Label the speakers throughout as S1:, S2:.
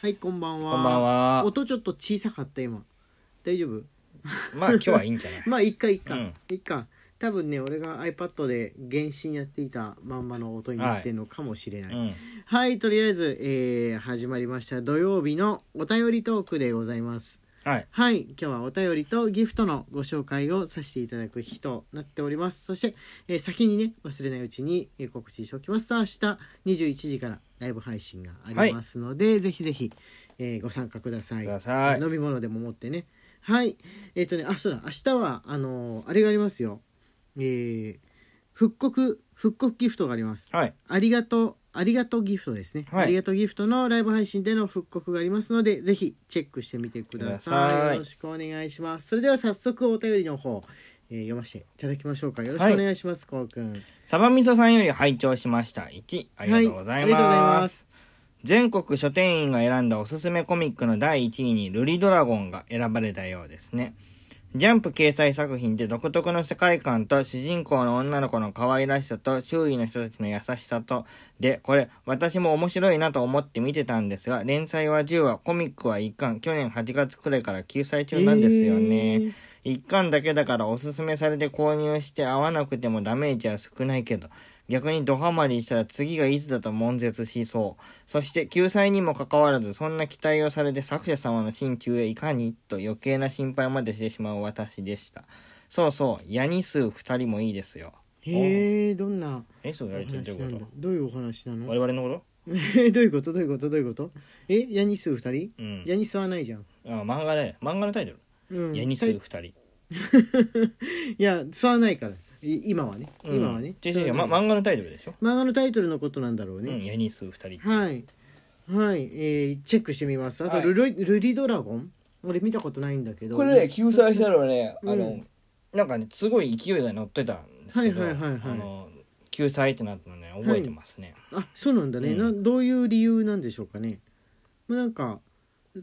S1: はいこんばんは
S2: こんばんは
S1: 音ちょっと小さかった今大丈夫
S2: まあ今日はいいんじゃない
S1: まあいいかいいか、
S2: うん
S1: いいか多分ね俺が iPad で原神やっていたまんまの音になってるのかもしれない、
S2: うん
S1: はいとりあえず、えー始まりました土曜日のお便りトークでございます
S2: はい
S1: はい今日はお便りとギフトのご紹介をさせていただく日となっておりますそして、えー先にね忘れないうちにえー告知しておきますと明日21時からライブ配信がありますので、ぜひぜひ、えーご参加ください
S2: ください
S1: 飲み物でも持ってねはいえっ、とねあそうだ明日はあのーあれがありますよえー復刻復刻ギフトがあります
S2: はい
S1: ありがとう、ありがとうギフトですね。
S2: はい
S1: ありがとうギフトのライブ配信での復刻がありますので、ぜひチェックしてみてください。
S2: ください
S1: よろしくお願いします。それでは早速お便りの方、えー読ませていただきましょうか。よろしくお願いします、こうくん。
S2: サバ味噌さんより拝聴しました1ありがとうございます,、
S1: はいありがとうございます
S2: 全国書店員が選んだおすすめコミックの第1位に「ルリドラゴン」が選ばれたようですねジャンプ掲載作品で独特の世界観と主人公の女の子の可愛らしさと周囲の人たちの優しさとでこれ私も面白いなと思って見てたんですが連載は10話コミックは1巻去年8月くらいから救済中なんですよね、
S1: えー
S2: 一巻だけだからおすすめされて購入して合わなくてもダメージは少ないけど逆にドハマりしたら次がいつだと悶絶しそうそして救済にもかかわらずそんな期待をされて作者様の心中へいかにと余計な心配までしてしまう私でしたそうそうヤニ数二人もいいですよ
S1: へえ、どんな
S2: えそう
S1: お
S2: 言われてると
S1: 話
S2: い
S1: な
S2: うんこ
S1: だ。どういうお話な
S2: と
S1: の
S2: 我々のこ
S1: どういうことどういうことどういうことえ、ヤニス二人、
S2: とうん
S1: ヤニスはないじゃん。
S2: あ漫画ね漫画のタイトル、
S1: うん
S2: ヤニ数二人
S1: いや、吸わないから。い今はね。今はね。
S2: うん違う違う、
S1: 吸わ
S2: ま、
S1: ない
S2: 漫画のタイトルでしょ、
S1: 漫画のタイトルのことなんだろうね。
S2: うん、ヤニ数二人
S1: はい。はい、えーチェックしてみます。あと、
S2: はい
S1: ルロイルリドラゴン俺見たことないんだけど。
S2: これね救済したのはね、
S1: うん
S2: あのなんかねすごい勢いが乗ってたんですけど、
S1: はいはいはいはい
S2: あの救済ってなったのね覚えてますね、
S1: あ、そうなんだね、
S2: うん
S1: な。どういう理由なんでしょうかね。まあなんか、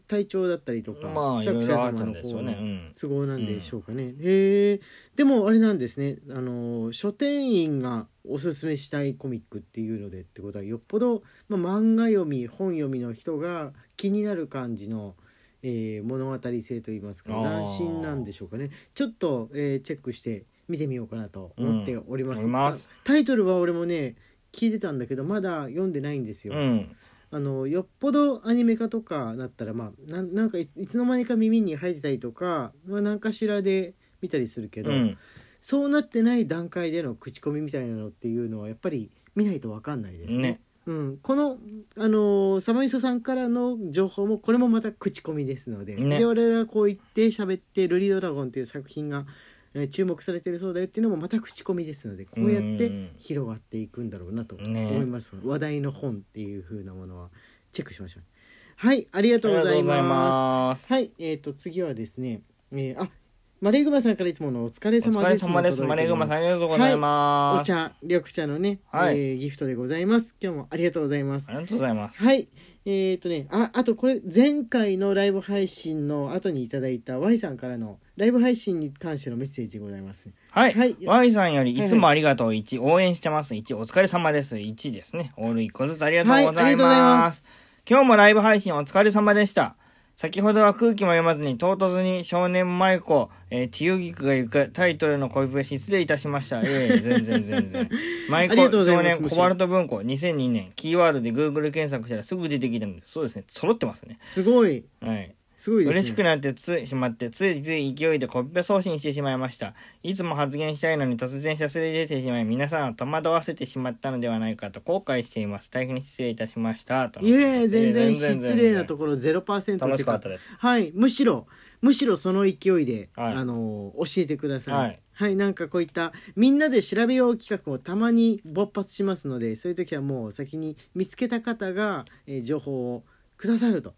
S1: 体調だったりとか、
S2: まあいろいろあったんですよね、う
S1: の
S2: ん、
S1: 都合なんでしょうかね。へえ。でも、あれなんですね。あのー、書店員がおすすめしたいコミックっていうのでってことは、よっぽど、まあ、漫画読み、本読みの人が気になる感じの、えー物語性といいますか
S2: あー
S1: 斬新なんでしょうかねちょっと、えーチェックして見てみようかなと思っておりま
S2: うんお
S1: す,、
S2: ります
S1: タタイトルは俺もね聞いてたんだけどまだ読んでないんですよ、
S2: うん
S1: あのよっぽどアニメ化とかなったらまあなんなんかいいつの間にか耳に入ってたりとか、まあ、何かしらで見たりするけど、
S2: うん
S1: そうなってない段階での口コミみたいなのっていうのはやっぱり見ないとわかんないですね。
S2: ね
S1: うん、この、あのーサマイソさんからの情報もこれもまた口コミですので、
S2: ね
S1: で我々がこう言って喋って「ルリドラゴン」という作品が、えー注目されてるそうだよっていうのもまた口コミですのでこうやっ
S2: う
S1: て
S2: ん
S1: 広がっていくんだろうなと
S2: ね
S1: 思います、話題の本っていう風なものはチェックしましょうはいありがとうございます
S2: ます
S1: はい、えー、と次はですね、えーあマレグマさんからいつものお疲れ
S2: お
S1: 様
S2: 疲れ
S1: です
S2: 様ですマレグマさんありがとうござい
S1: お
S2: ます、
S1: 茶緑茶のね、
S2: はい
S1: えーギフトでございます今日もありがとうございます
S2: ありがとうございます
S1: はいえっ、とねああとこれ前回のライブ配信の後にいただいた Y さんからのライブ配信に関してのメッセージでございます
S2: はい、
S1: はい
S2: Y さんよりいつもありがとう1、応援してます1、お疲れ様です1ですね。オール1個ずつありがとうござ
S1: はいあり
S2: い
S1: がとうござい
S2: ま。
S1: ます
S2: 今日もライブ配信お疲れ様でした。先ほどは空気も読まずに唐突に少年舞子、えー、千代菊が行くタイトルの恋文失礼いたしました。ええ全然全 然。舞
S1: ありがとう
S2: 子
S1: ござ
S2: 少
S1: います
S2: 年コバルト文庫2002年キーワードで Google 検索したらすぐ出てきたので、そうですね。揃ってますね。
S1: すごい
S2: はい。
S1: すごいですね
S2: 嬉しくなってつしまってついつい勢いでコピペ送信してしまいましたいつも発言したいのに突然しゃすり出てしまい皆さんを戸惑わせてしまったのではないかと後悔しています大変失礼いたしましたと
S1: いえ全然
S2: 失礼
S1: 失礼なところ0%
S2: 楽しかったたです
S1: はいむしろむしろその勢いで、
S2: はい
S1: あの教えてください
S2: は
S1: はいい、なんかこういったみんなで調べよう企画もたまに勃発しますのでそういう時はもう先に見つけた方が、えー情報をくださると。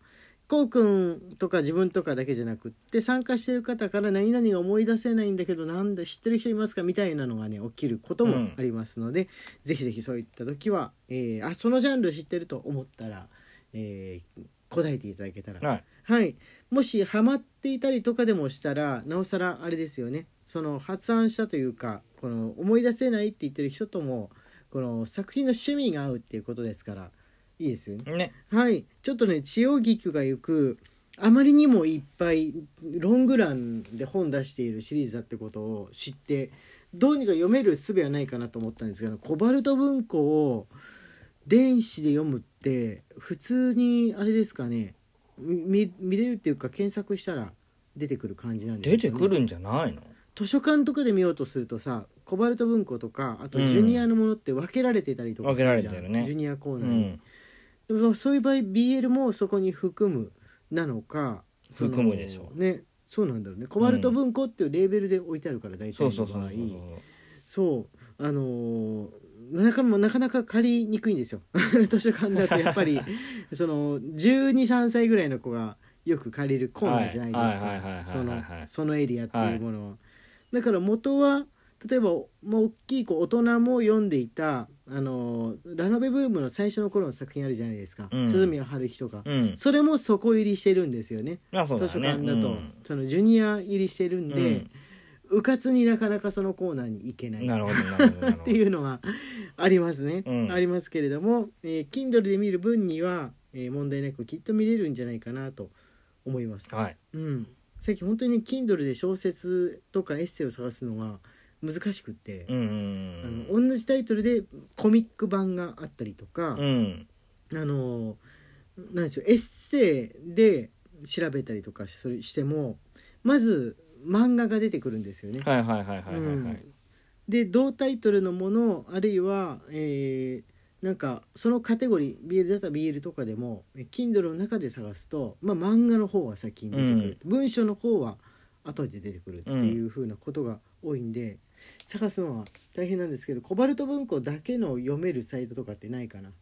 S1: こうくんとか自分とかだけじゃなくって参加してる方から何々が思い出せないんだけどなんだ知ってる人いますかみたいなのがね起きること
S2: う
S1: も
S2: ん
S1: ありますので、ぜひぜひそういった時は、えーあそのジャンル知ってると思ったら、えー答えていただけたら
S2: はい
S1: はい、もしハマっていたりとかでもしたらなおさらあれですよねその発案したというかこの思い出せないって言ってる人ともこの作品の趣味が合うっていうことですからいいですよね。
S2: ね。
S1: はい、ちょっとね千代菊が行くあまりにもいっぱいロングランで本出しているシリーズだってことを知ってどうにか読める術はないかなと思ったんですけどコバルト文庫を電子で読むって普通にあれですかね見見れるっていうか検索したら出てくる感じなんです
S2: 出
S1: かね
S2: てくるんじゃないの
S1: 図書館とかで見ようとするとさコバルト文庫とかあと
S2: うん
S1: ジュニアのものって分けられてたりとかするじ
S2: 分け
S1: ゃん、
S2: られてるね
S1: ジュニアコー
S2: う
S1: ナーに。
S2: ん。
S1: でもそういう場合 BL もそこに含むなのかその
S2: 含むでしょ
S1: ねそうなんだろうねコバルト文庫っていうレーベルで置いてあるから大体
S2: そ
S1: の
S2: う
S1: 場
S2: そ
S1: 合
S2: うそうそうそう。
S1: そうあのーなかなかなかなか借りにくいんですよ 図書館だとやっぱりその123歳ぐらいの子がよく借りるコーナーじゃないです
S2: はいはいはいはいはいは
S1: か
S2: い
S1: そのそのエリアっていうものは、だから元は例えばもう大きい子大人も読んでいたあのーラノベブームの最初の頃の作品あるじゃないですか、
S2: うん
S1: 鈴宮春日とか、
S2: うん。
S1: それも底入りしてるんですよね
S2: まあそうだ
S1: 図
S2: ね。
S1: 書館だと、
S2: うん
S1: そのジュニア入りしてるんで、うかつになかなかそのコーナーに行けない
S2: なるほどなるほどなるほど。
S1: っていうのはありますね、
S2: うん
S1: ありますけれども、えー Kindle で見る分には、えー問題なくきっと見れるんじゃないかなと思います。
S2: はい。
S1: うん、最近本当にね Kindle で小説とかエッセイを探すのが難しくって
S2: う、ん
S1: あの同じタイトルでコミック版があったりとか、
S2: うんうん。うん。
S1: あのなんでしょうエッセイで調べたりとかするしてもまず漫画が出てくるんですよね。
S2: はいはいはいはいはいうは
S1: ん
S2: い。
S1: で同タイトルのものあるいは、えーなんかそのカテゴリー BL だったら BL とかでもえ Kindle の中で探すと、まあ、漫画の方は先に出てくる、文章の方は後で出てくるっていう風なことが多いんで、探すのは大変なんですけどコバルト文庫だけの読めるサイトとかってないかな、
S2: い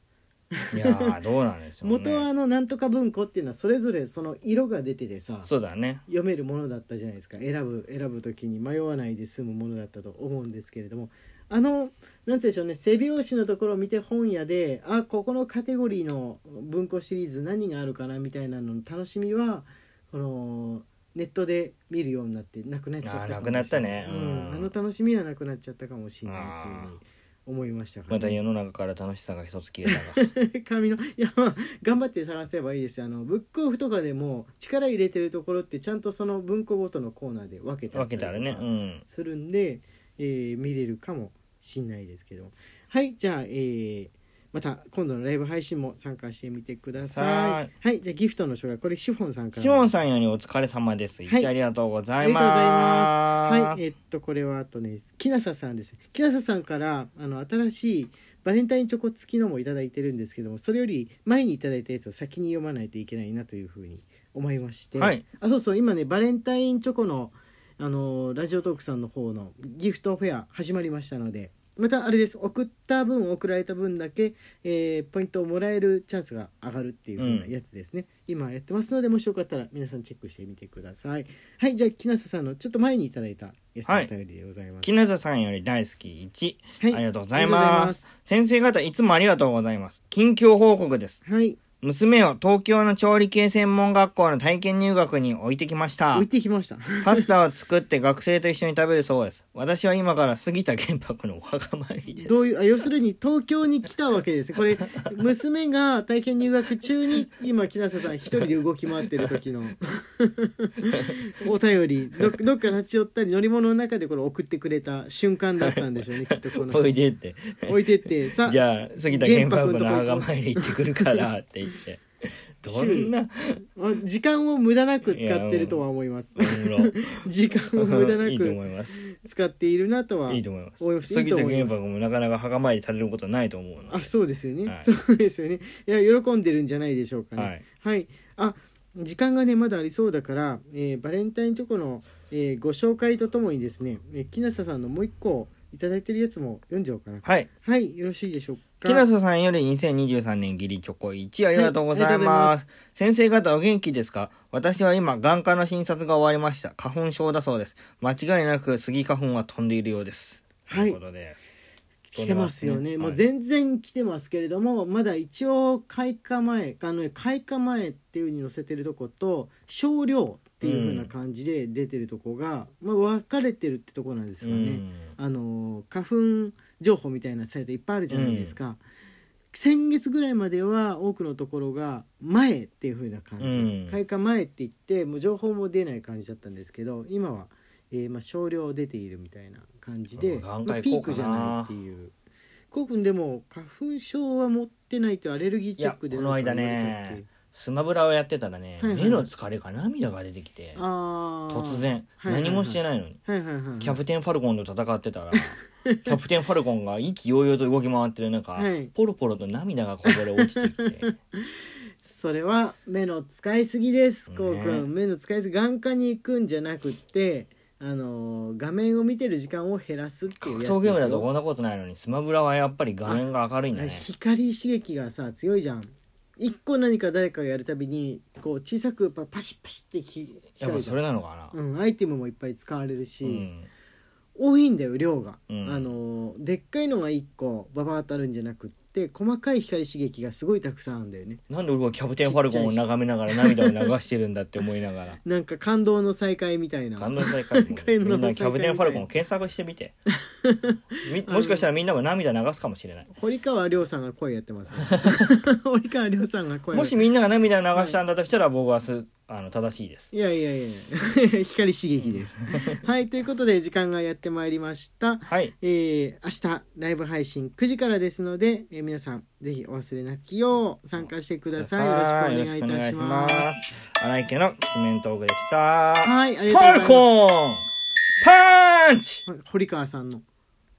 S2: やーどうなんでしょうね。
S1: 元はあのなんとか文庫っていうのはそれぞれその色が出ててさ
S2: そうだね。
S1: 読めるものだったじゃないですか選ぶ選ぶ時に迷わないで済むものだったと思うんですけれどもあのなんて言うんでしょうね背表紙のところを見て本屋であここのカテゴリーの文庫シリーズ何があるかなみたいなのの楽しみはこのネットで見るようになってなくなっちゃったかもしれ
S2: あーなくなったね
S1: う
S2: うん
S1: ん、あの楽しみはなくなっちゃったかもしれないっていうふうに思いましたから
S2: また世の中から楽しさが一つ消えたが。
S1: 紙のいやまあ頑張って探せばいいですよあのブックオフとかでも力入れてるところってちゃんとその文庫ごとのコーナーで 分けた
S2: 分けたらね。うん。
S1: するんで、えー見れるかもしんないですけどもはいじゃあ、えーまた今度のライブ配信も参加してみてください
S2: は
S1: はいいじゃあギフトの紹介これシフォンさんから
S2: シモンさんよりお疲れ様です。一
S1: はい
S2: 致ありがとうござ
S1: あ
S2: い
S1: りがとうござい
S2: ます。
S1: ます。はい、えっとこれはあとね、きなささんです。きなささんからあの新しいバレンタインチョコ付きのもいただいてるんですけども、それより前にいただいたやつを先に読まないといけないなというふうに思いまして、
S2: はい
S1: あそうそう今ねバレンタインチョコのあのラジオトークさんの方のギフトフェア始まりましたので。またあれです送った分送られた分だけ、えーポイントをもらえるチャンスが上がるっていう風なやつですね、今やってますのでもしよかったら皆さんチェックしてみてくださいはい、じゃあ、木下さんのちょっと前にいただいたゲストのお便りでございます。
S2: 木下さんより大好き1、
S1: はい
S2: ありがとうござい
S1: ありがとうござい
S2: ま
S1: ますす
S2: 先生方いつもありがとうございます近況報告です
S1: はい、
S2: 娘を東京の調理系専門学校の体験入学に置いてきました
S1: 置いてきました。
S2: パスタを作って学生と一緒に食べるそうです私は今から杉田玄白のお墓参りです
S1: どういう、あ、要するに東京に来たわけですね。これ、娘が体験入学中に、今、木下さん一人で動き回ってる 時のお便り、どどっか立ち寄ったり、乗り物の中でこれ送ってくれた瞬間だったんでしょ うね、きっとこの。
S2: おいでって
S1: 置いてって、さ、
S2: じゃあ杉田玄白の
S1: 玄白
S2: 墓
S1: のとこ
S2: 参り行ってくるからって言ってどんな
S1: 行くあ時間を無駄なく使ってるとは思います。 時間
S2: お
S1: を
S2: も
S1: 無
S2: ろ
S1: 駄な い
S2: いと思
S1: く
S2: います
S1: 使っているなとは。
S2: いいと思いま
S1: おい
S2: す。
S1: いい
S2: 杉
S1: と
S2: 田
S1: 思い
S2: 玄
S1: ます
S2: 白もなかなか墓参りされることないと思うの
S1: あ
S2: で。
S1: そうですよね、
S2: はい
S1: そうですよねいや喜んでるんじゃないでしょうかね
S2: は
S1: はいい、あ時間がねまだありそうだから、えーバレンタインチョコの、えーご紹介とともにですね、えー、木下さんのもう一個いただいてるやつも読んじゃおうかな
S2: はい。
S1: はいよろしいでしょう
S2: 木
S1: か
S2: 下さんより2023年ギリチョコ1ありがとうございます。先生方お元気ですか私は今、眼科の診察が終わりました。花粉症だそうです。間違いなくスギ花粉は飛んでいるようです。
S1: は
S2: とい
S1: い
S2: うことで。
S1: 来てますよね、
S2: はい
S1: もう全然来てますけれどもまだ一応開花前あのね開花前っていう風に載せてるとこと少量っていう風な感じで出てるとこが、まあ、分かれてるってとこなんです
S2: う
S1: よね、
S2: ん。
S1: あの花粉情報みたいなサイトいっぱいあるじゃないですか、先月ぐらいまでは多くのところが「前」っていう風な感じ、
S2: うん
S1: 開花前って言ってもう情報も出ない感じだったんですけど今は、えーまあ、少量出ているみたいな感じで、
S2: うん
S1: まあ
S2: 考え
S1: ピ
S2: こ
S1: ー
S2: うか
S1: ク
S2: な
S1: じゃないっていう。こうくんでも花粉症は持ってないとアレルギーチェック
S2: い
S1: で
S2: やこの間ね
S1: なんか言われたっていう
S2: スマブラをやってたらね、
S1: はいはい
S2: 目の疲れから涙が出てきて
S1: あー
S2: 突然、
S1: はいはいはい
S2: 何もしてないのに
S1: はいはいはい
S2: キャプテンファルコンと戦ってたらキ ャプテンファルコンが意気揚々と動き回ってる中、
S1: はい
S2: ポロポロと涙がこぼれ落ちて きて
S1: それは目の使いすぎです、
S2: ね
S1: こうくん目の使いすぎ眼科に行くんじゃなくってあのー画面を見てる時間を減らすってい
S2: 格
S1: うやつです
S2: 闘
S1: よ
S2: ゲームだとこんなことないのにスマブラはやっぱり画面が明るいんだね
S1: 光刺激がさ強いじゃん一個何か誰かがやるたびにこう小さくパパシッパシッってき
S2: やっ
S1: 光
S2: ぱ
S1: る
S2: り
S1: じ
S2: そ
S1: ゃん
S2: れなのかな、
S1: うん、アイテムもいっぱい使われるし、
S2: うん
S1: 多いんだよ量が、
S2: うん
S1: あのーでっかいのが1個ババーっとあるんじゃなくって細かい光刺激がすごいたくさんあるんだよね
S2: なんで俺はキャプテンファルコンを眺めながら涙を流してるんだって思いながら
S1: なんか感動の再会みたいな
S2: 感動大会も
S1: 感動大会みたい
S2: みんなキャプテンファルコンを検索してみ てみもしかしたらみんなも涙流すかもしれない
S1: 堀川亮さんが声やってます、ね、 堀川亮さんが声
S2: もしみんなが涙を流したんだとしたら僕はすあの正しいです
S1: いやいやいや光刺激 ですはいということで時間がやってまいりました
S2: はい
S1: えー明日ライブ配信9時からですので、えー皆さんぜひお忘れなきよう参加してくださいよろしくお願いいたします
S2: す荒井家のきしめんトークでした
S1: はいあり
S2: フ
S1: がとう
S2: ァ
S1: ございま
S2: ル
S1: す
S2: コンパンチ
S1: 堀川さんの